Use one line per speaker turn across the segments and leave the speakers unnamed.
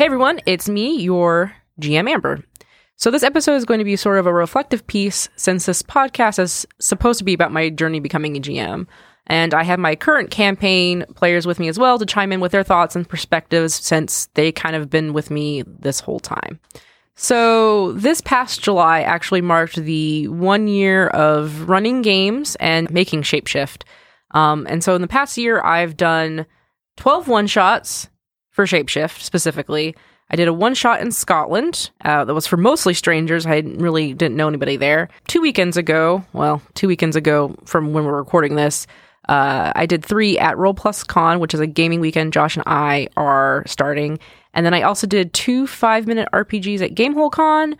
everyone, it's me, your GM Amber. So, this episode is going to be sort of a reflective piece since this podcast is supposed to be about my journey becoming a GM. And I have my current campaign players with me as well to chime in with their thoughts and perspectives since they kind of been with me this whole time. So, this past July actually marked the one year of running games and making Shapeshift. Um, and so, in the past year, I've done 12 one shots for Shapeshift specifically. I did a one shot in Scotland uh, that was for mostly strangers. I didn't really didn't know anybody there. Two weekends ago, well, two weekends ago from when we're recording this, uh, I did three at Roll Plus Con, which is a gaming weekend Josh and I are starting. And then I also did two five minute RPGs at Gamehole Con.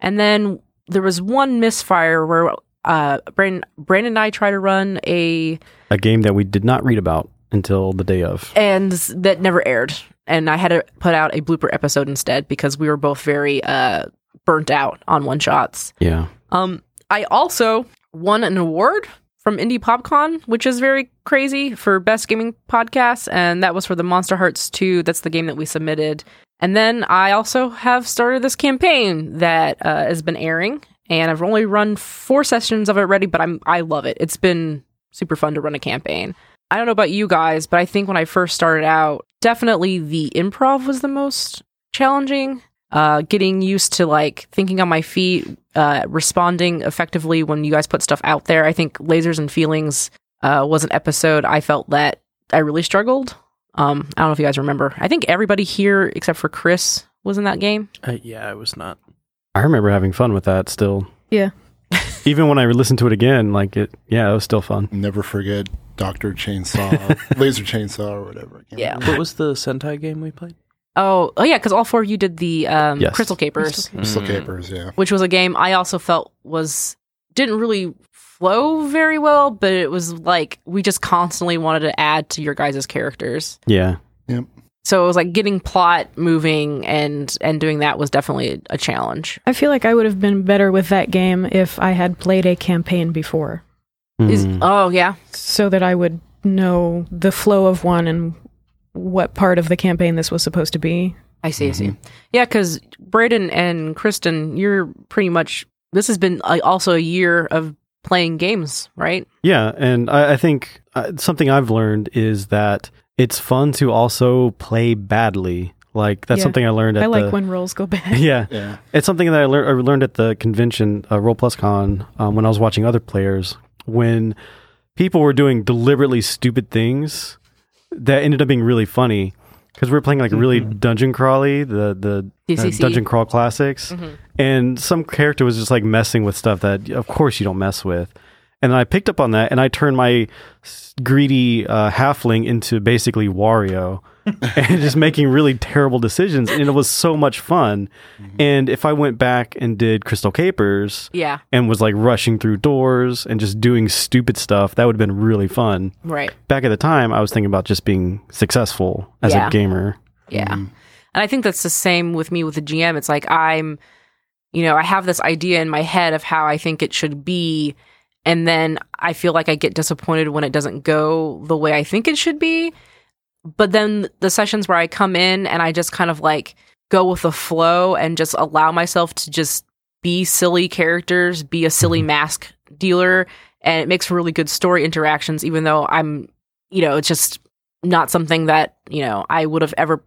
And then there was one misfire where uh, Brandon, Brandon and I tried to run a
a game that we did not read about until the day of.
and that never aired. And I had to put out a blooper episode instead because we were both very uh, burnt out on one shots.
Yeah.
Um, I also won an award from Indie PopCon, which is very crazy for best gaming podcast, and that was for the Monster Hearts 2. That's the game that we submitted. And then I also have started this campaign that uh, has been airing, and I've only run four sessions of it already, but I'm I love it. It's been super fun to run a campaign. I don't know about you guys, but I think when I first started out, definitely the improv was the most challenging. Uh, getting used to like thinking on my feet, uh, responding effectively when you guys put stuff out there. I think lasers and feelings uh, was an episode I felt that I really struggled. Um, I don't know if you guys remember. I think everybody here except for Chris was in that game.
Uh, yeah, I was not.
I remember having fun with that still.
Yeah.
Even when I listened to it again, like it, yeah, it was still fun.
Never forget Doctor Chainsaw, Laser Chainsaw, or whatever.
Yeah.
What was the Sentai game we played?
Oh, oh yeah, because all four of you did the um,
Yes.
Crystal Capers.
Crystal
Mm.
Capers. Yeah.
which was a game I also felt was didn't really flow very well, but it was like we just constantly wanted to add to your guys' characters.
Yeah.
So it was like getting plot moving and and doing that was definitely a challenge.
I feel like I would have been better with that game if I had played a campaign before,
Is,
Mm.
oh yeah,
so that I would know the flow of one and what part of the campaign this was supposed to be.
I see, I see. Yeah, because Braden and Kristen, you're pretty much this has been uh, also a year of playing games, right?
Yeah, and I, I think uh, something I've learned is that it's fun to also play badly. Like that's
Yeah.
something I learned at
I like
the
when rolls go bad.
yeah.
Yeah.
It's something that I, lear- I learned at the convention, uh, Roll Plus Con, um, when I was watching other players. When people were doing deliberately stupid things, that ended up being really funny because we were playing like really dungeon crawly, the the uh,
DCC.
dungeon crawl classics,
Mm-hmm.
and some character was just like messing with stuff that of course you don't mess with. And I picked up on that, and I turned my s- greedy uh, halfling into basically Wario, and just making really terrible decisions. And it was so much fun. And if I went back and did Crystal Capers
Mm-hmm. Yeah,
and was like rushing through doors and just doing stupid stuff, that would have been really fun.
right.
Back at the time, I was thinking about just being successful as
Yeah.
a gamer.
Yeah. And I think that's the same with me with the GM. It's like I'm, you know, I have this idea in my head of how I think it should be. And then I feel like I get disappointed when it doesn't go the way I think it should be. But then the sessions where I come in and I just kind of like go with the flow and just allow myself to just be silly characters, be a silly mask dealer. And it makes for really good story interactions, even though I'm, you know, it's just not something that, you know, I would have ever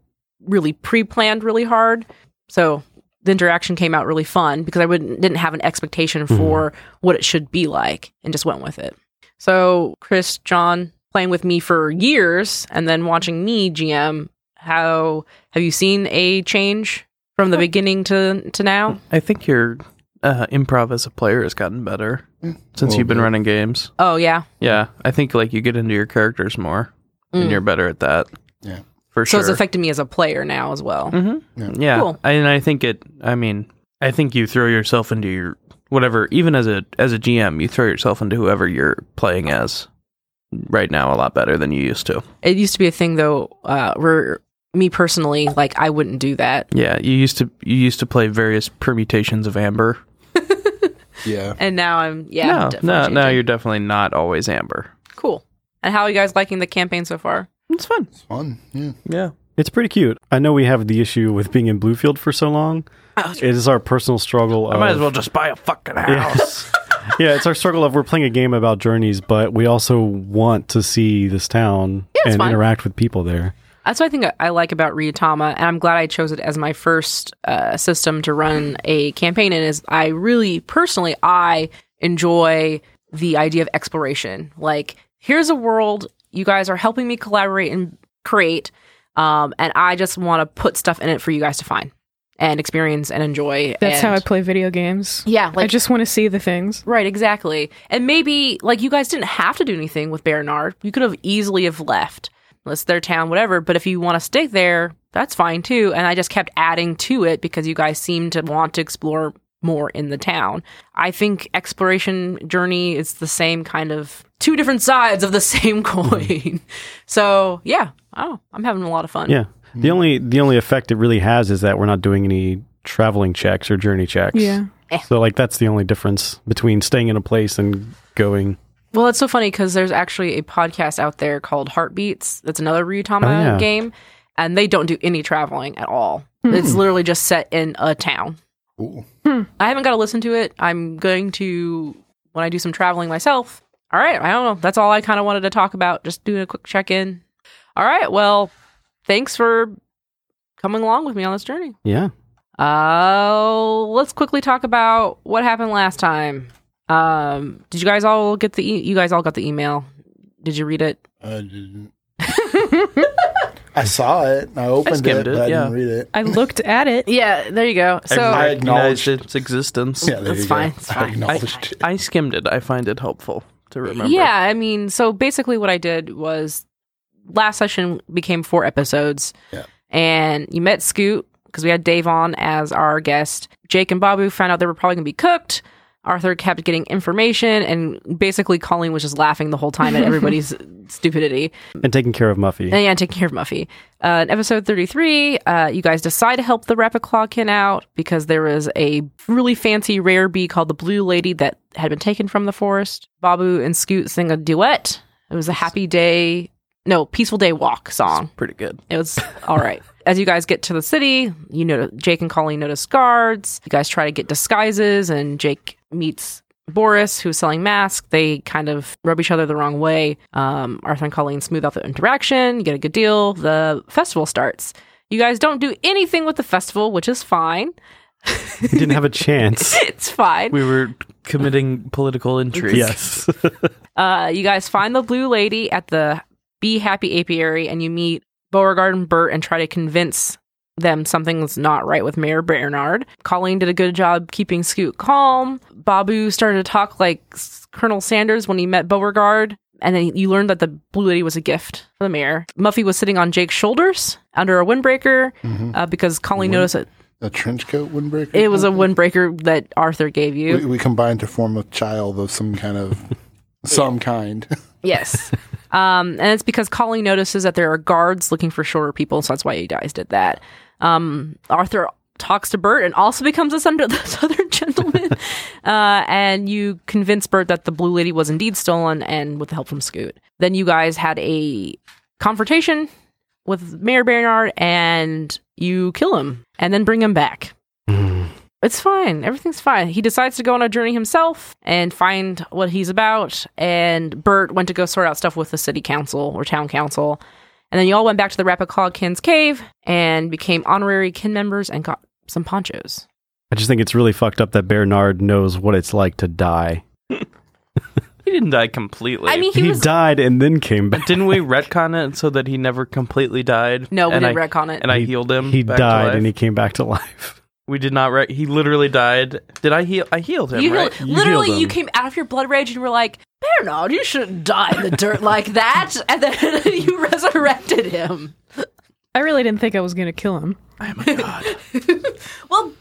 really pre-planned really hard. So the interaction came out really fun because I wouldn't didn't have an expectation for what it should be like and just went with it. So Chris, John, playing with me for years and then watching me GM, how have you seen a change from the beginning to to now?
I think your uh, improv as a player has gotten better
Mm.
since
Well,
you've been
yeah.
running games.
Oh yeah.
Yeah, I think like you get into your characters more,
Mm.
and you're better at that.
Yeah.
for
So
sure.
it's affected me as a player now as well.
hmm
Yeah.
Yeah,
Cool.
I- and I think it. I mean, I think you throw yourself into your whatever. Even as a as a GM, you throw yourself into whoever you're playing as right now a lot better than you used to.
It used to be a thing though, uh where me personally, like I wouldn't do that.
Yeah, you used to you used to play various permutations of Amber.
Yeah.
And now I'm yeah. I'm
no, no,
definitely
no,
changing.
you're definitely not always Amber.
Cool. And how are you guys liking the campaign so far?
It's fun.
It's fun. Yeah.
Yeah,
It's pretty cute. I know we have the issue with being in Bluefield for so long. It is our personal struggle.
I
of,
might as well just buy a fucking house.
yeah, it's our struggle of we're playing a game about journeys, but we also want to see this town
it's
and
fine.
interact with people there.
That's what I think I- I like about Ryutama, and I'm glad I chose it as my first uh, system to run a campaign in. Is I really personally I enjoy the idea of exploration. Like, here's a world you guys are helping me collaborate and create, um, and I just want to put stuff in it for you guys to find and experience and enjoy.
That's how I
and-
play video games.
yeah,
I
like
just want to see the things.
Right, exactly. And maybe like you guys didn't have to do anything with Bernard. You could have easily have left. It's their town, whatever. But if you want to stick there, that's fine too. And I just kept adding to it because you guys seemed to want to explore more in the town. I think exploration journey is the same kind of two different sides of the same coin. so yeah. Oh, I'm having a lot of fun.
Yeah. The only the only effect it really has is that we're not doing any traveling checks or journey checks.
Yeah.
So like that's the only difference between staying in a place and going.
Well, it's so funny because there's actually a podcast out there called Heartbeats. That's another Ryutama
Oh, yeah.
game, and they don't do any traveling at all. It's literally just set in a town.
Ooh.
I haven't got to listen to it. I'm going to when I do some traveling myself. All right, I don't know. That's all I kind of wanted to talk about. Just doing a quick check in. All right, well, thanks for coming along with me on this journey.
Yeah.
Uh, let's quickly talk about what happened last time. Um, did you guys all get the? E- you guys all got the email. Did you read it?
I didn't. I saw it. I opened
skimmed
it,
it,
but I
yeah.
didn't read it.
I looked at it.
Yeah, there you go. So
I
I,
acknowledged
acknowledged-
its existence.
Yeah, there
That's
you go.
fine, it's
I
fine.
acknowledged it.
I skimmed it. I find it helpful to remember.
yeah, I mean, so basically what I did was last session became four episodes.
Yeah.
And you met Scoot because we had Dave on as our guest. Jake and Babu found out they were probably going to be cooked. Arthur kept getting information and basically Colleen was just laughing the whole time at everybody's stupidity.
And taking care of Muffy.
And yeah, taking care of Muffy. Uh, in episode 33, uh, you guys decide to help the Rapid Claw kin out because there was a really fancy rare bee called the Blue Lady that had been taken from the forest. Babu and Scoot sing a duet. It was a happy day, no, peaceful day walk song.
Pretty good.
It was all right. As you guys get to the city, you know Jake and Colleen notice guards. You guys try to get disguises, and Jake meets Boris, who's selling masks. They kind of rub each other the wrong way. Um, Arthur and Colleen smooth out the interaction. You get a good deal. The festival starts. You guys don't do anything with the festival, which is fine.
We didn't have a chance.
It's fine.
We were committing political intrigue.
yes.
Uh, you guys find the blue lady at the Be Happy Apiary, and you meet Beauregard and Bert and try to convince them something's not right with Mayor Bernard. Colleen did a good job keeping Scoot calm. Babu started to talk like S- Colonel Sanders when he met Beauregard. And then you learned that the blue lady was a gift for the mayor. Muffy was sitting on Jake's shoulders under a windbreaker uh, because Colleen noticed that
A trench coat windbreaker.
it was a windbreaker that Arthur gave you.
We, we combined to form a child of some kind of some kind.
Yes. um, and it's because Colleen notices that there are guards looking for shorter people, so that's why you guys did that. Um, Arthur talks to Bert and also becomes a southern, southern gentleman. uh, and you convince Bert that the blue lady was indeed stolen and with the help from Scoot. Then you guys had a confrontation with Mayor Bernard and you kill him and then bring him back. It's fine. Everything's fine. He decides to go on a journey himself and find what he's about. And Bert went to go sort out stuff with the city council or town council. And then you all went back to the Rapid Claw Kin's cave and became honorary kin members and got some ponchos.
I just think it's really fucked up that Bernard knows what it's like to die.
He didn't die completely.
I mean, he,
He,
was.
died and then came back.
but didn't we retcon it so that he never completely died?
no, we
and
didn't
I,
wreck on it.
And I
He-
healed him.
He
back to
died
life.
and he came back to life.
We did not. Re- he literally died. Did I heal? I healed him.
you
right?
heal-
You
literally,
healed
you
him.
came out of your blood rage and you were like, Bernard, you shouldn't die in the dirt like that. And then you resurrected him.
I really didn't think I was going to kill him.
Well,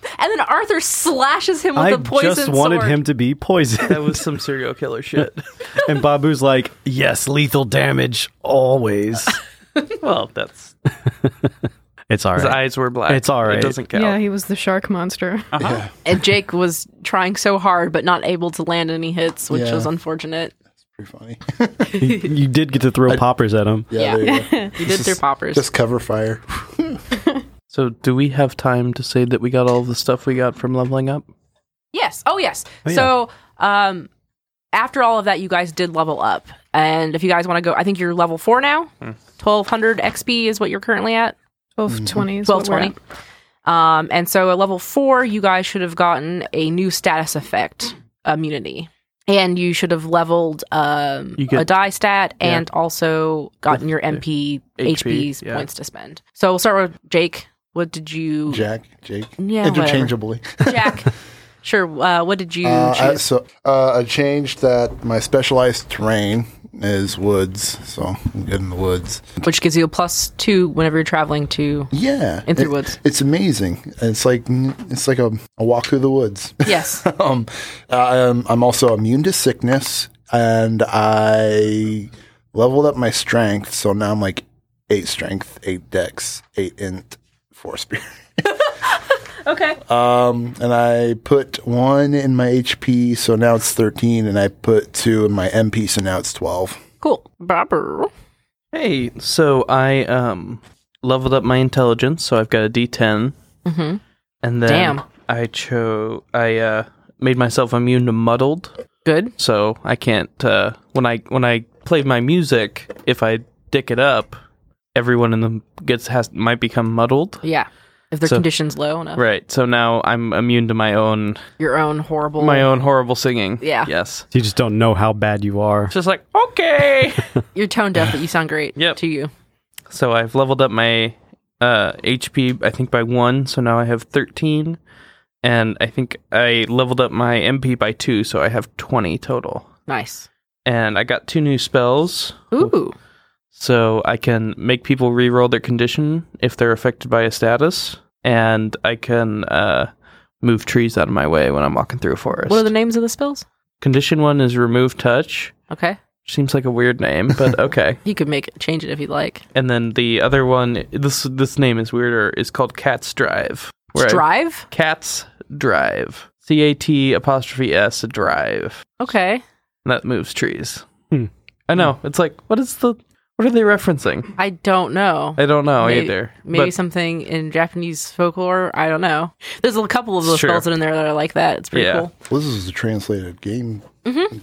and then Arthur slashes him with
I
a poison
just wanted
sword.
him to be poisoned.
That was some serial killer shit.
and Babu's like, yes, lethal damage always.
well, that's
It's all
his
right.
eyes were black.
It's all right.
It doesn't
Oh.
count.
Yeah, he was the shark monster.
Uh-huh.
Yeah.
and Jake was trying so hard but not able to land any hits, which
Yeah.
was unfortunate.
Pretty funny.
you did get to throw poppers at him.
Yeah, there you go.
He did through poppers.
Just cover fire.
So, do we have time to say that we got all of the stuff we got from leveling up?
Yes. Oh, yes.
Oh, yeah.
So, um, after all of that, you guys did level up, and if you guys want to go, I think you're level four now.
Hmm.
Twelve hundred XP is what you're currently at.
1220 is
Twelve
what we're
twenty. Um, and so at level four, you guys should have gotten a new status effect immunity, and you should have leveled um
You get-
a die stat and also gotten your MP
HP,
HP's
yeah.
points to spend. So we'll start with Jake. What did you?
Jack, Jake,
Yeah, whatever.
interchangeably.
Jack. sure. Uh, what did you
Uh, I,
choose?
so uh, I changed that my specialized terrain is woods, so I'm good in the woods.
Which gives you a plus two whenever you're traveling to.
Yeah,
In through
it-
woods.
It's amazing. It's like it's like a, a walk through the woods.
Yes.
um, I'm, I'm also immune to sickness, and I leveled up my strength, so now I'm like eight strength, eight dex, eight int, four spear.
okay.
Um, and I put one in my HP, so now it's 13, and I put two in my MP, so now it's 12.
Cool. Bobber.
Hey, so I um leveled up my intelligence, so I've got a D10,
Mm-hmm.
and then
Damn.
I chose I uh made myself immune to muddled,
Good.
so I can't uh when I when I play my music, if I dick it up, everyone in the gets has might become muddled.
Yeah. If their
So-
condition's low enough,
Right. So now I'm immune to my own
your own horrible.
my own horrible singing.
Oh. Yeah.
Yes.
You just don't know how bad you are.
Just like, okay.
You're tone deaf, but you sound great.
Yep.
To you.
So I've leveled up my uh, HP, I think, by one. So now I have 13. And I think I leveled up my MP by two. So I have 20 total.
Nice.
And I got two new spells.
Ooh.
So I can make people reroll their condition if they're affected by a status. And I can uh, move trees out of my way when I'm walking through a forest.
What are the names of the spells?
condition one is remove touch.
Okay.
Seems like a weird name, but okay.
You could make change it if you'd like.
and then the other one, this this name is weirder, is called Cat's Drive. where I-
Drive.
Cats Drive. C A T apostrophe S Drive.
Okay.
And that moves trees.
Hmm.
I know. It's like, what is the. What are they referencing?
I don't know.
I don't know
May-
either.
Maybe
But-
something in Japanese folklore. I don't know. There's a couple of those
Sure.
spells in there that are like that. It's pretty
Yeah.
cool.
Well, this is a translated game.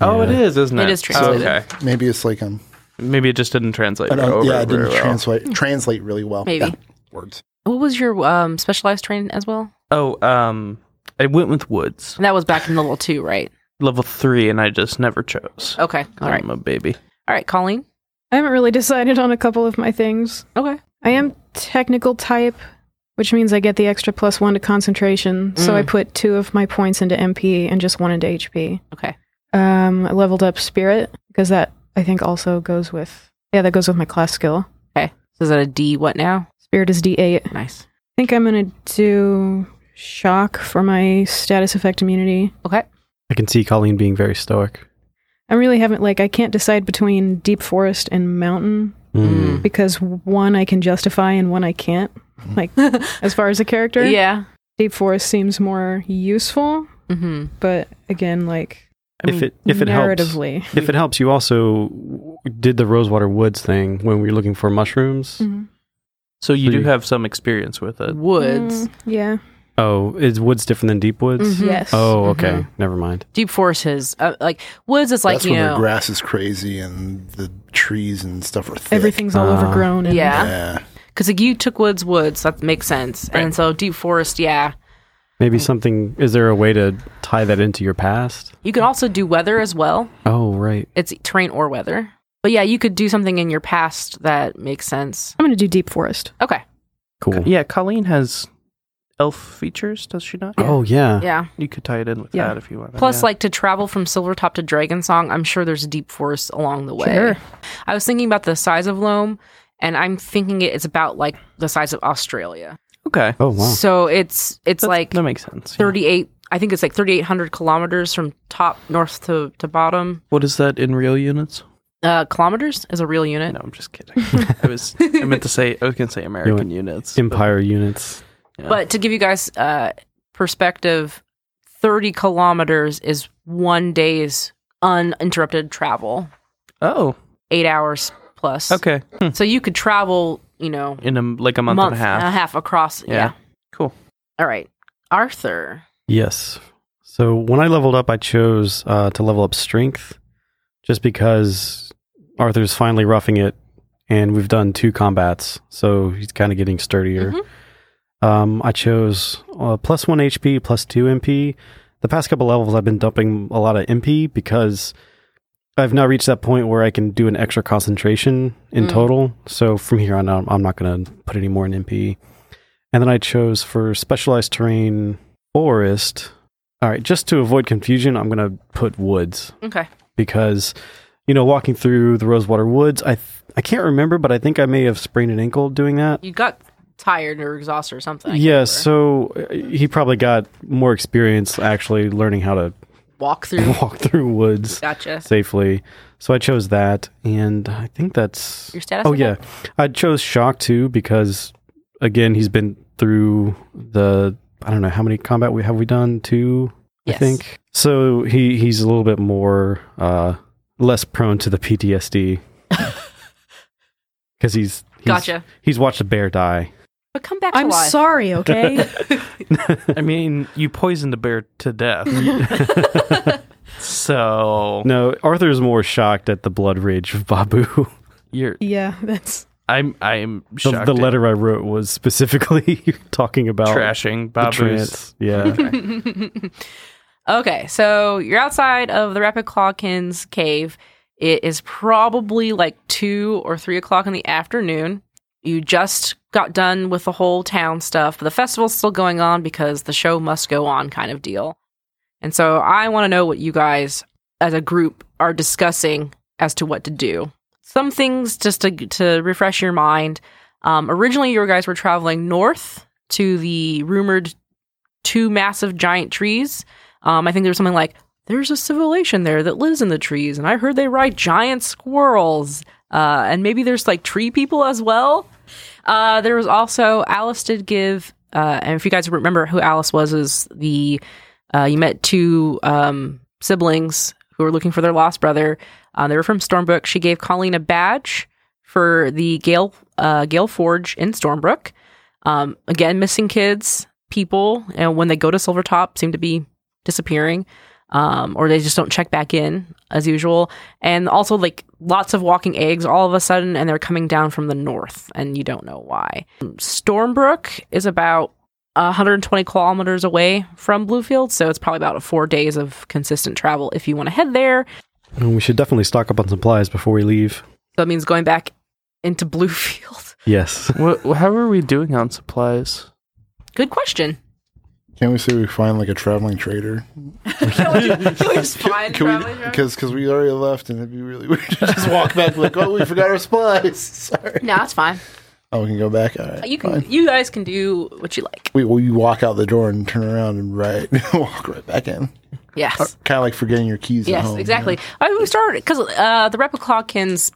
Oh, it is, isn't it? Oh,
It is translated.
okay.
Maybe it's like um,
Maybe it just didn't translate.
I don't,
over
yeah, I
very
didn't
well.
translate translate really well.
Maybe.
Yeah, words.
What was your um, specialized train as well?
Oh, um, I went with woods
And that was back in level two, right?
level three, and I just never chose.
Okay. Oh, All right.
I'm a baby.
All right, Colleen.
I haven't really decided on a couple of my things.
Okay.
I am technical type, which means I get the extra plus one to concentration. So I put two of my points into MP and just one into HP.
Okay.
Um, I leveled up spirit because that I think also goes with yeah that goes with my class skill.
Okay. So is that a D what now?
Spirit is D8. I
Nice.
think I'm gonna do shock for my status effect immunity.
Okay.
I can see Colleen being very stoic.
I really haven't like I can't decide between deep forest and mountain
Mm.
Mm.
because one I can justify and one I can't. Like as far as a character,
Yeah.
deep forest seems more useful,
Mm-hmm.
but again, like
if it if it helps,
narratively,
if it helps, you also w- did the Rosewater Woods thing when we were looking for mushrooms.
Mm.
So you do
Three.
have some experience with it.
Woods.
Mm, yeah,
Oh, is woods different than deep woods?
Mhm.
yes.
Oh, okay. Never mind.
Deep forest is uh, like woods is like
That's
you
when the
know
grass is crazy and the trees and stuff are thick.
everything's all
Ah.
overgrown. And
Yeah.
Yeah.
because like you took woods woods that makes sense and so deep forest yeah
Maybe something. Is there a way to tie that into your past?
you can also do weather as well
Oh, right.
it's terrain or weather but yeah you could do something in your past that makes sense
I'm gonna do deep forest.
okay
Cool.
Yeah, Colleen has elf features, does she not?
Oh, yeah.
yeah
You could tie it in with
Yeah.
that if you want.
plus
Yeah.
like to travel from silvertop to dragon song i'm sure there's deep forest along the way
Sure.
i was thinking about the size of loam and i'm thinking it's about like the size of australia
okay,
Oh, wow.
so it's it's
That's-
like
that makes sense. yeah.
38 i think it's like 3800 kilometers from top north to, to bottom
What is that in real units?
uh kilometers is a real unit
No, I'm just kidding. I was I meant to say I was gonna say American units. but-
Empire units.
But to give you guys uh, perspective, 30 kilometers is one day's uninterrupted travel,
oh,
eight hours plus.
okay. Hmm.
So you could travel you know,
in a, like a month, and a half.
across. Yeah.
Yeah. Cool.
All right. Arthur.
Yes. So when I leveled up, I chose uh, to level up strength just because Arthur's finally roughing it and we've done two combats. So he's kind of getting sturdier. Um, I chose uh, plus one HP, plus two MP. The past couple levels, I've been dumping a lot of MP because I've now reached that point where I can do an extra concentration in
Mm.
total. So from here on out, I'm not going to put any more in MP. And then I chose for specialized terrain forest. All right, just to avoid confusion, I'm going to put woods
Okay.
because you know walking through the Rosewater Woods, I th- I can't remember, but I think I may have sprained an ankle doing that.
You got tired or exhausted or something. I can't
Yeah,
remember.
so uh, he probably got more experience actually learning how to
Walk through.
walk through woods
Gotcha.
safely. So I chose that, and I think that's
Your status.
Oh
level?
yeah, I chose shock too because again he's been through the I don't know how many combat we have we done two I
Yes.
think so he he's a little bit more uh less prone to the PTSD because he's, he's
Gotcha.
he's watched a bear die
But come back to
I'm
life.
sorry, okay?
I mean, you poisoned a bear to death. so
no Arthur's more shocked at the blood rage of Babu
you're
yeah, that's
I'm I'm
the,
shocked
the
at
letter I wrote was specifically talking about
trashing
the
Babu's
trance yeah
Okay, so you're outside of the Rapid Clawkins cave. It is probably like two or three o'clock in the afternoon. You just got done with the whole town stuff, but the festival's still going on because the show must go on kind of deal. And so I want to know what you guys as a group are discussing as to what to do. Some things just to, to refresh your mind. Um, originally, you guys were traveling north to the rumored two massive giant trees. Um, I think there was something like, there's a civilization there that lives in the trees, and I heard they ride giant squirrels. Uh, and maybe there's like tree people as well. Uh, there was also Alice did give, uh, and if you guys remember who Alice was, is the uh, you met two um, siblings who were looking for their lost brother. Uh, they were from Stormbrook. She gave Colleen a badge for the Gale uh, Gale Forge in Stormbrook. Um, again, missing kids, people, and when they go to Silvertop, seem to be disappearing, um, or they just don't check back in as usual. And also, like lots of walking eggs all of a sudden, and they're coming down from the north, and you don't know why. Stormbrook is about 120 kilometers away from Bluefield, so it's probably about four days of consistent travel if you want to head there.
And we should definitely stock up on supplies before we leave
So that means going back into Bluefield.
yes
What, how are we doing on supplies?
Good question.
Can we say we find like a traveling trader?
Can we just find
Can
traveling
we?
drug?
Because because we already left, and it'd be really weird to just walk back like, oh, we forgot our supplies. Sorry.
No, that's fine.
Oh, we can go back. All right.
You can.
fine.
You guys can do what you like.
We, we walk out the door and turn around and right walk right back in.
Yes.
Kind of like forgetting your keys. at
Yes,
home,
exactly. I mean, we started because uh, the Replicawkins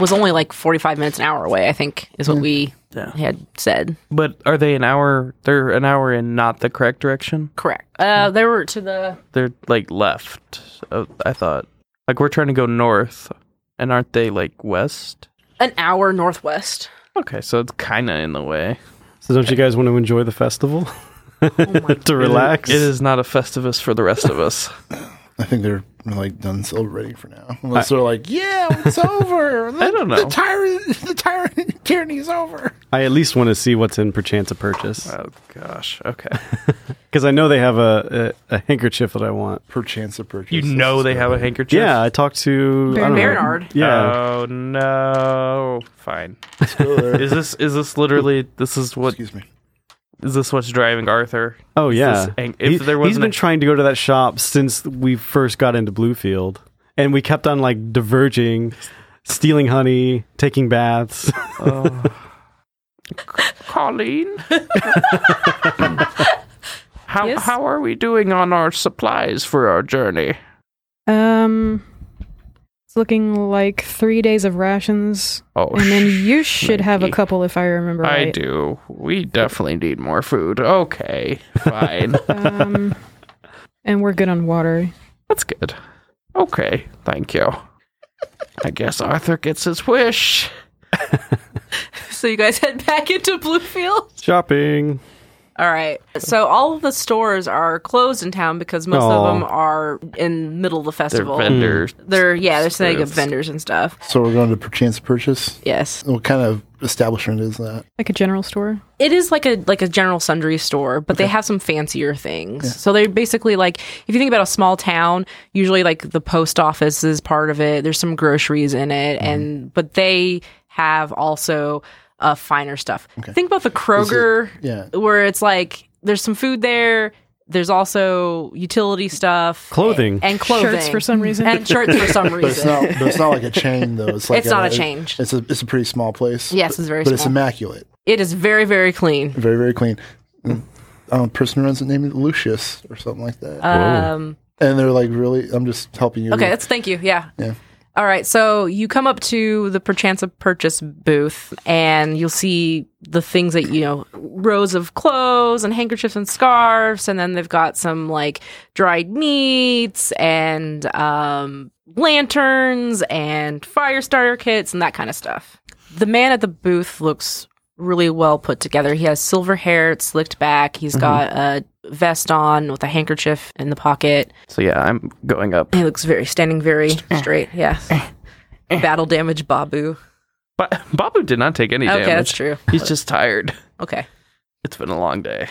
was only like forty-five minutes an hour away. I think is what we
Yeah.
had said.
But are they an hour? They're an hour in not the correct direction.
Correct. Uh, they were to the
They're like left. uh, I thought. Like we're trying to go north, and aren't they like west?
an hour northwest.
Okay, so it's kind of in the way.
So don't you guys want to enjoy the festival? to relax.
It is not a festivus for the rest of us.
I think they're like done celebrating for now. Unless they're like, yeah, it's over. The,
I don't know.
The tyrant, the tyrant tyranny is over.
I at least want to see what's in perchance a purchase
Oh gosh. Okay.
because I know they have a, a, a handkerchief that I want.
Perchance of purchase.
You know they have a handkerchief.
Yeah, I talked to I don't know.
Bernard.
Yeah,
Oh no. Fine.
Excuse
Is this is this literally this is what is
me.
this what's driving Arthur?
oh yeah.
this ang- if there
he's
wasn't
been
a-
trying to go to that shop since we first got into Bluefield, and we kept on like diverging, stealing honey, taking baths.
Um,
Colleen? how
Yes?
how are we doing on our supplies for our journey?
um it's looking like 3 days of rations
Oh,
and then you
sh-
should have a
Mickey.
couple if I remember right.
I do. We definitely need more food. Okay, fine.
Um and we're good on water.
That's good. Okay, thank you. I guess Arthur gets his wish.
so you guys head back into Bluefield.
Shopping.
All right. So all of the stores are closed in town because most
Aw.
of them are in middle of the
They're
festival.
vendor.
Mm. They're- yeah, they're setting up
Stores.
vendors and stuff.
So we're going to perchance purchase.
Yes.
What kind of establishment is that?
Like a general store.
It is like a like a general sundry store, but they have some fancier things. So they're basically like if you think about a small town, usually like the post office is part of it. There's some groceries in it
Mm-hmm.
and but they have also uh, finer stuff. Think about the Kroger
yeah.
where it's like there's some food there. There's also utility stuff,
Clothing.
and, clothing,
Shirts for some reason.
and shirts for some
But it's
reason.
not. But it's not like a chain though. It's like
It's not a chain.
It's a. It's a pretty small place.
Yes, it's very
But it's
small.
immaculate.
It is very very clean.
Very very clean. Mm. I don't know, person who runs it named Lucius or something like that.
Oh.
Um,
and they're like really. I'm just helping you.
okay, that's thank you. Yeah.
Yeah.
All right, so you come up to the perchance of purchase booth, and you'll see the things that you know, rows of clothes and handkerchiefs and scarves, and then they've got some like dried meats and um, lanterns and fire starter kits and that kind of stuff. The man at the booth looks really well put together. He has silver hair, it's slicked back. He's got a vest on with a handkerchief in the pocket.
So yeah, I'm going up.
He looks very standing very
eh.
straight. Yeah. Battle damage Babu.
But Babu did not take any
Okay,
damage.
that's true.
He's just tired.
Okay.
It's been a long day.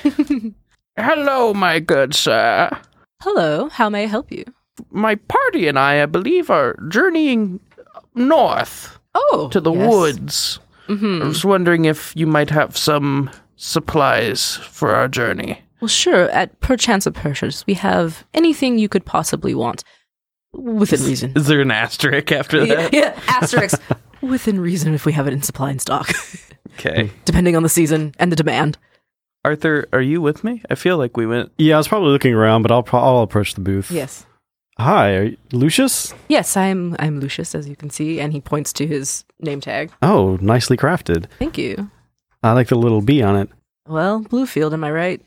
Hello, my good sir.
Hello, how may I help you?
My party and I, I believe, are journeying north
Oh,
to the
yes. Mm-hmm.
woods. I was wondering if you might have some supplies for our journey.
Well, sure. At perchance of purchase, we have anything you could possibly want within reason.
Is there an asterisk after
Yeah,
that?
yeah. Asterisk within reason if we have it in supply and stock,
Okay.
depending on the season and the demand.
Arthur, are you with me? I feel like we went.
Yeah, I was probably looking around, but I'll pro- I'll approach the booth.
Yes.
Hi, are you- Lucius.
Yes, I'm I'm Lucius, as you can see, and he points to his name tag.
Oh, nicely crafted.
Thank you.
I like the little bee on it.
Well, Bluefield, am I right?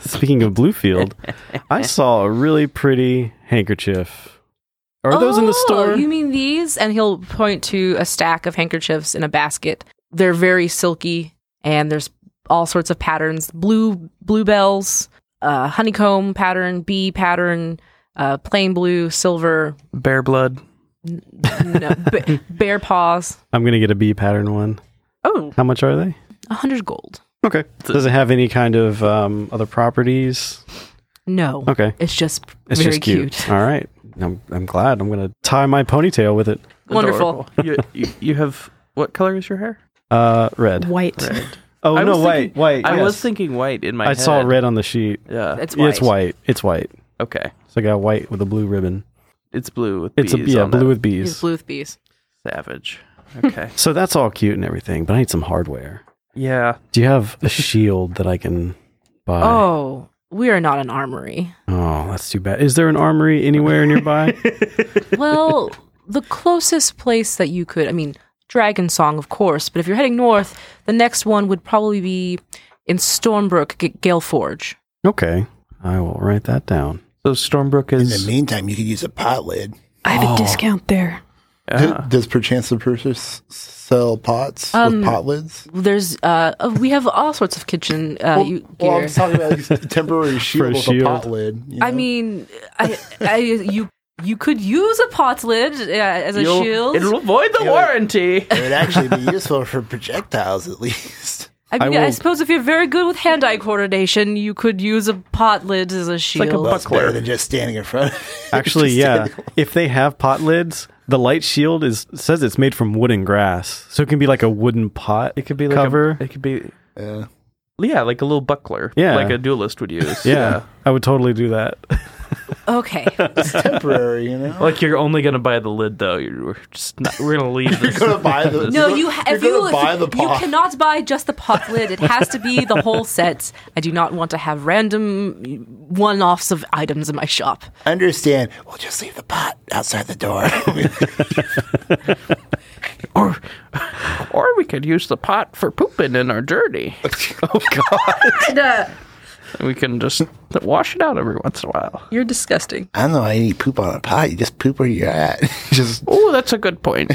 Speaking of Bluefield, I saw a really pretty handkerchief. Are those in the
Oh,
store?
You mean these? And he'll point to a stack of handkerchiefs in a basket. They're very silky, and there's all sorts of patterns: blue bluebells, uh, honeycomb pattern, bee pattern, uh, plain blue, silver,
Bear blood.
no, ba- bear paws.
I'm gonna get a bee pattern one.
Oh,
How much are they?
a hundred gold.
Okay. Does it have any kind of um, other properties?
No,
Okay.
it's just
It's
very
just cute.
cute.
All right. I'm, I'm glad. I'm going to tie my ponytail with it.
Wonderful.
Adorable. you, you, you have. What color is your hair?
Uh, red.
White.
Oh,
I
no,
was
white.
thinking-
white.
I
yes.
was thinking white in my
I
head.
saw red on the sheet.
Yeah.
It's white.
It's white. It's white.
okay.
So I got white with a blue ribbon.
It's blue with
It's a,
bees
yeah,
on
blue
it.
with
It's
bees.
blue with bees.
savage. Okay.
So that's all cute and everything, but I need some hardware.
yeah.
Do you have a shield that I can buy?
Oh, we are not an armory.
Oh, that's too bad. Is there an armory anywhere nearby?
Well, the closest place that you could, I mean, Dragon Song, of course, but if you're heading north, the next one would probably be in Stormbrook, G- Gale Forge.
okay. I will write that down.
So Stormbrook
In the
is.
meantime, you could use a pot lid.
I have
Oh.
a discount there.
uh,
Ah.
Does perchance the purchase sell pots
Um,
with pot lids?
There's, uh, oh, we have all sorts of kitchen uh,
Well,
you,
well, I'm
gear.
just talking about like, a temporary shield with a
shield.
pot lid. you
I
know?
mean, I, I, you, you could use a pot lid uh, as a
You'll-
shield.
It'll avoid the
Yeah.
warranty.
it would actually be useful for projectiles, at least.
I mean, I,
I will-
suppose if you're very good with hand-eye coordination, you could use a pot lid as a shield.
like a
Well, it's
Buckler.
better than just standing in front. of it.
Actually,
Just
yeah.
standing-
If they have pot lids, the light shield is says it's made from wood and grass, so it can be like a wooden pot. It could be
Like a-
cover.
it could be.
Yeah.
Yeah, like a little buckler.
Yeah.
Like a duelist would use.
yeah, I would totally do that.
okay.
It's temporary, you know.
Like you're only gonna buy the lid though. You're we're just not. We're gonna leave this.
You're gonna buy the
No,
you're
you
gonna-
ha- if
you're
you
gonna
if
buy the
you
pot.
cannot buy just the pot lid. It has to be the whole set. I do not want to have random one-offs of items in my shop.
Understand? We'll just leave the pot outside the door.
or, or we could use the pot for pooping in our journey. uh, We can just wash it out every once in a while.
You're disgusting.
I don't know. I need poop on a pot. You just poop where you're at. just
Oh, that's a good point.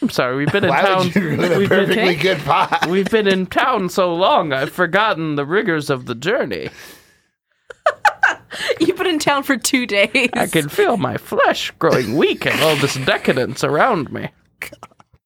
I'm sorry, we've been in
Wow,
town.
you really a
We've been,
perfectly good pot.
we've been in town so long, I've forgotten the rigors of the journey.
You've been in town for two days.
I can feel my flesh growing weak and all this decadence around me.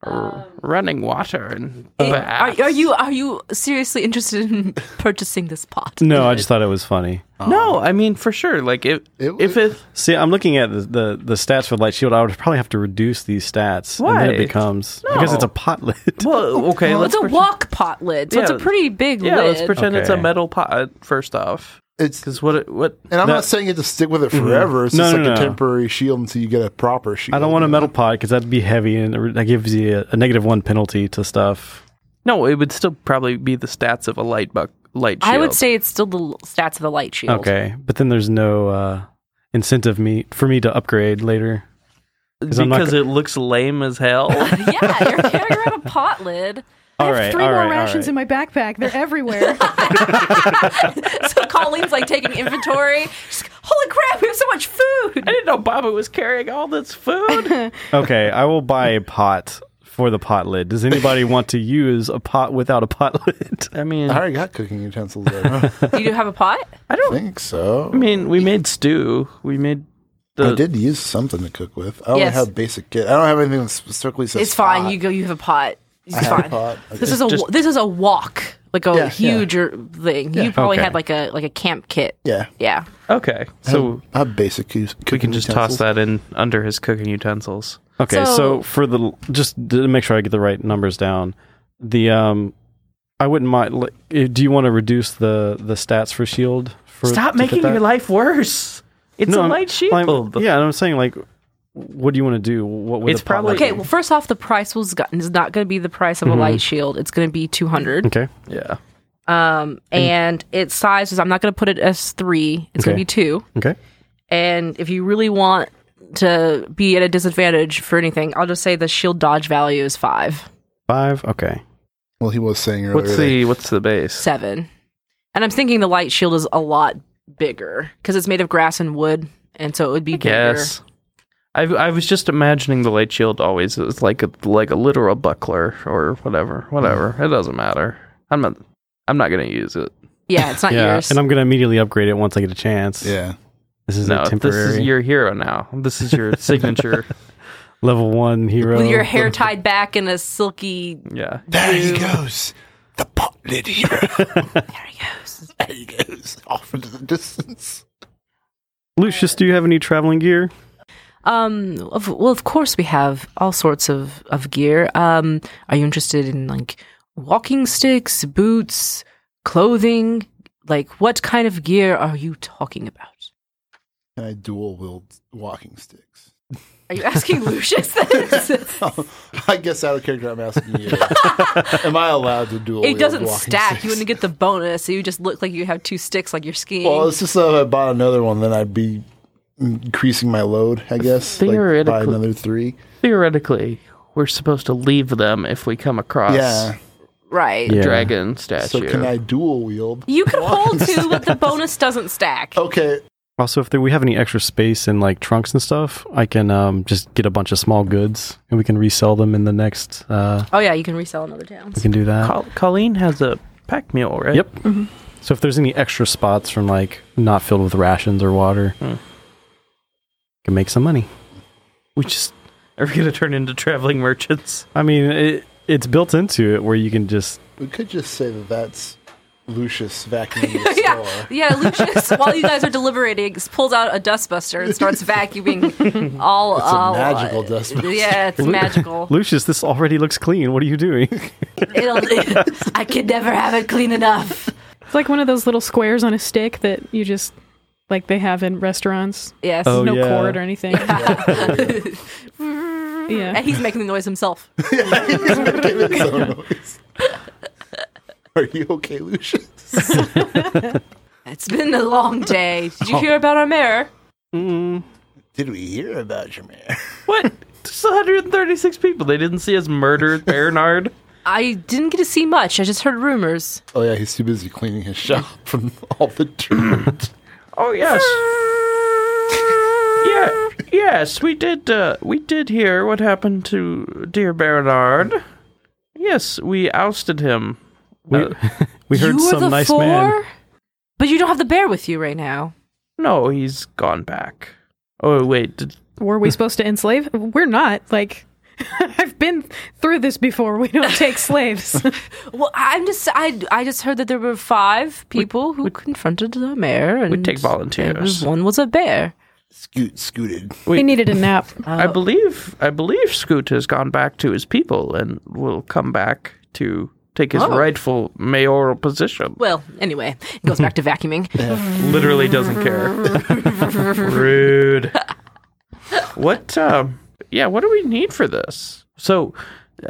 R- running water and
Are,
baths.
are you are you seriously interested in purchasing this pot?
No, I just thought it was funny.
Oh.
No, I mean for sure. Like if
It
if
was-
it
See, I'm looking at the, the, the stats for Light Shield. I would probably have to reduce these stats. And then
Why?
it becomes because it's a potlet.
well okay,
Well,
let's
it's a
pretend-
walk pot lid, so it's a
Yeah.
pretty big
Yeah,
lid.
let's pretend it's a
Okay.
metal pot first off.
It's
Because what it- what
that-
and I'm
Mm-hmm.
not saying you have to stick with it forever. It's
No,
just
no,
like a
no.
temporary shield until you get a proper shield.
I don't want a metal pot because that'd be heavy and it- that gives you a, a negative one penalty to stuff.
no, it would still probably be the stats of a light buck light shield.
I would say it's still the l- stats of a light shield.
Okay, but then there's no uh, incentive me for me to upgrade later.
because
I'm not go-
it looks lame as hell.
yeah, you're carrying around a pot lid.
All
I have
right,
three
all
more
right, all
rations
right.
in my backpack. They're everywhere.
So Colleen's like taking inventory. She's like, Holy crap, we have so much food.
I didn't know Baba was carrying all this food.
Okay, I will buy a pot for the pot lid. Does anybody want to use a pot without a pot lid?
I mean,
I already got cooking utensils. There. I
Do you have a pot?
I don't.
think so.
I mean, we made stew. We made the
I did use something to cook with. I only
Yes.
have basic kit. I don't have anything that specifically says.
It's fine.
pot.
You go. You have a pot. It's
have a
fine.
pot.
This is a wa- this is a walk, like a
Yeah, yeah.
huge er, thing. You probably
Okay.
had like a like a camp kit.
yeah.
Yeah.
okay. So
I have basic cu-
we can just toss that in under his cooking utensils.
Okay, so,
So-
for the just to make sure I get the right numbers down, the um, I wouldn't mind. Like, eh, do you want to reduce the the stats for shield? For, to fit that?
life worse. It's
I'm- I'm- yeah, and I'm saying like, what do you want to do? What would
It's
the pot
probably-
lid
Okay.
be?
Well, first off, the price was gotten is not going to be the price of a light shield. It's going to be two hundred.
okay.
Yeah.
Um, and its size is I'm not going to put it as three. It's going to
Okay.
be two.
Okay.
And if you really want to be at a disadvantage for anything, I'll just say the shield dodge value is five,
Five. Okay.
Well, he was saying earlier.
What's
that-
the what's the base?
seven. And I'm thinking the light shield is a lot bigger because it's made of grass and wood, and so it would be bigger.
Yes. I I was just imagining the light shield always as like a like a literal buckler or whatever. Whatever.
Mm.
It doesn't matter. I'm not I'm not gonna use it.
Yeah, it's not
Yeah,
yours.
and I'm gonna immediately upgrade it once I get a chance.
Yeah.
This is a
No, this
temporary
is your hero now. This is your signature.
level one hero.
with your hair tied back in a silky.
Yeah.
There he goes. The pot lid hero.
There he goes.
there he goes. Off into the distance.
Lucius, do you have any traveling gear?
Um, of, well, of course we have all sorts of of gear. Um, are you interested in like walking sticks, boots, clothing? Like, what kind of gear are you talking about?
And I dual wield walking sticks.
Are you asking Lucius this?
I guess out of character, I'm asking you. Am I allowed to dual?
it
wield
doesn't
walking
stack. You
sticks?
wouldn't get the bonus. So you just look like you have two sticks, like you're skiing.
Well, it's just that if I bought another one, then I'd be increasing my load. I guess like, buy
Theoretically-
another three.
Theoretically, we're supposed to leave them if we come across
Yeah.
right.
Yeah.
dragon statue.
So can I dual wield?
You could hold two, but the bonus doesn't stack.
Okay.
Also, if there, we have any extra space in like trunks and stuff, I can um, just get a bunch of small goods and we can resell them in the next. Uh,
Oh yeah, you can resell in other towns.
we can do that.
Col- Colleen has a pack mule, right?
Yep. So if there's any extra spots from like not filled with rations or water,
Hmm.
can make some money.
We just are we gonna turn into traveling merchants?
I mean, it, it's built into it where you can just
We could just say that that's Lucius vacuuming the
yeah,
store.
yeah. Lucius, while you guys are deliberating, s- pulls out a dustbuster and starts vacuuming all.
It's a
all, uh,
magical dustbuster.
Yeah, it's magical.
Lucius, this already looks clean. What are you doing?
It'll, I could never have it clean enough.
it's like one of those little squares on a stick that you just like they have in restaurants.
Yes.
Oh,
no
yeah.
cord or anything. yeah.
And he's making the noise himself.
It's so noise. Are you okay, Lucius?
It's been a long day. Did
Oh.
you hear about our mayor?
Did we hear about your mayor?
What? There's 136 people. They didn't see us murder Bernard.
I didn't get to see much. I just heard rumors.
Oh yeah, he's too busy cleaning his shop from all the dirt.
Oh yes. yeah. Yes, we did. Uh, we did hear what happened to dear Bernard. Yes, we ousted him.
We,
Uh,
we heard
you are
some
the
nice
four?
man.
But you don't have the bear with you right now.
no, he's gone back. Oh wait, did,
Were we supposed to enslave? We're not. Like, I've been through this before. We don't take slaves.
Well, I'm just I, I just heard that there were five people who confronted the mayor, and
take volunteers.
and was- one was a bear.
Scoot, scooted.
we needed a nap.
I believe I believe Scoot has gone back to his people and will come back to take his rightful mayoral position.
Well, anyway, it goes back to vacuuming.
Literally doesn't care. Rude. What? Um, yeah. What do we need for this? So,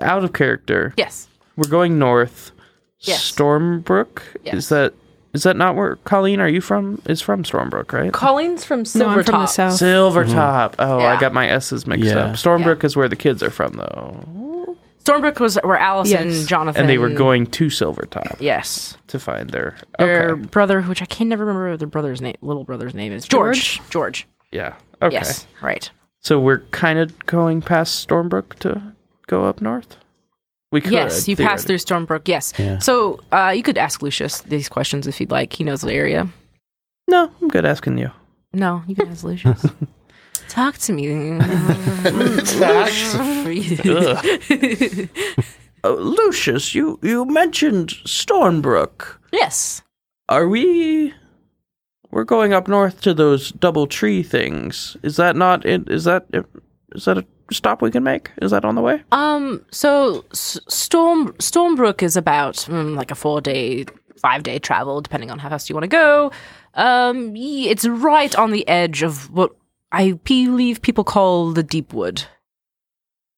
out of character.
Yes.
We're going north.
Yes.
Stormbrook. Is
Yes.
that is that not where Colleen? Are you from? Is from Stormbrook, right?
Colleen's from
No,
Silvertop.
I'm from the south.
Silvertop. Oh, I
Yeah.
got my S's mixed
Yeah.
up. Stormbrook is where the kids are from, though,
Stormbrook was where Alice
Yes.
and Jonathan
and they were going to Silvertop
Yes.
to find their.
Their
Okay.
brother, which I can never remember their brother's name, little brother's name is George. George.
Yeah. Okay.
Yes. Right.
So we're kind of going past Stormbrook to go up north. We could.
yes, you pass
theoretically.
through Stormbrook. Yes. So uh, you could ask Lucius these questions if you'd like. He knows the area.
No, I'm good asking you.
No, you can ask Lucius. Talk to me.
Uh, Lucius, you you mentioned Stormbrook.
yes.
Are we? We're going up north to those double tree things. Is that not? in- Is that is that a stop we can make? Is that on the way?
Um. So S- Storm Stormbrook is about mm, like a four day, five day travel, depending on how fast you want to go. Um. y- It's right on the edge of what I believe people call the deep wood.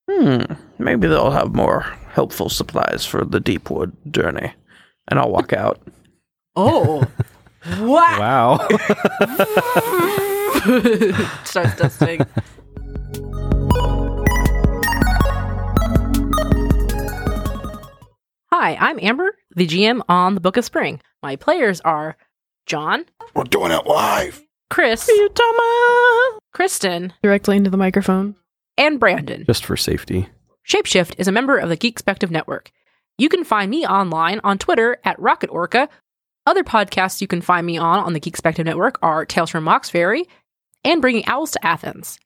Hmm. Maybe they'll have more helpful supplies for the Deepwood journey, and I'll walk out.
Oh. wow.
Wow.
Starts dusting. Hi, I'm Amber, the GM on the Book of Spring. My players are John,
We're doing it live.
Chris, Kristen,
Directly into the microphone.
and Brandon.
Just for safety.
Shapeshift is a member of the Geekspective Network. You can find me online on Twitter at Rocket Orca. Other podcasts you can find me on on the Geekspective Network are Tales from Mox Ferry and Bringing Owls to Athens.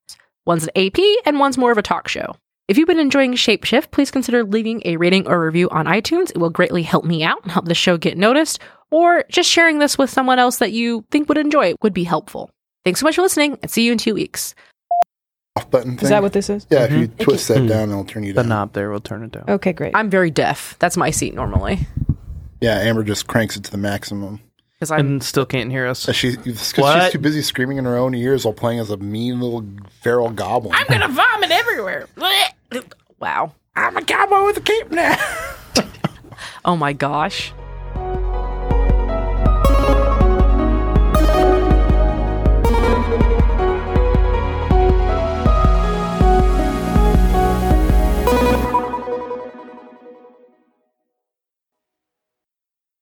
One's an AP and one's more of a talk show. If you've been enjoying Shapeshift, please consider leaving a rating or review on iTunes. It will greatly help me out and help the show get noticed, or just sharing this with someone else that you think would enjoy it would be helpful. Thanks so much for listening and see you in two weeks.
Off button thing.
Is that what this is?
yeah, if you twist that down, it'll turn you
The
down.
knob there will turn it down.
Okay, great.
I'm very deaf. That's my seat normally.
Yeah, Amber just cranks it to the maximum.
Because I'm
And still can't hear us.
Uh, She's, 'cause she's
What?
too busy screaming in her own ears while playing as a mean little feral goblin.
gonna vomit everywhere. Blech. Wow.
I'm a goblin with a cape now.
Oh my gosh.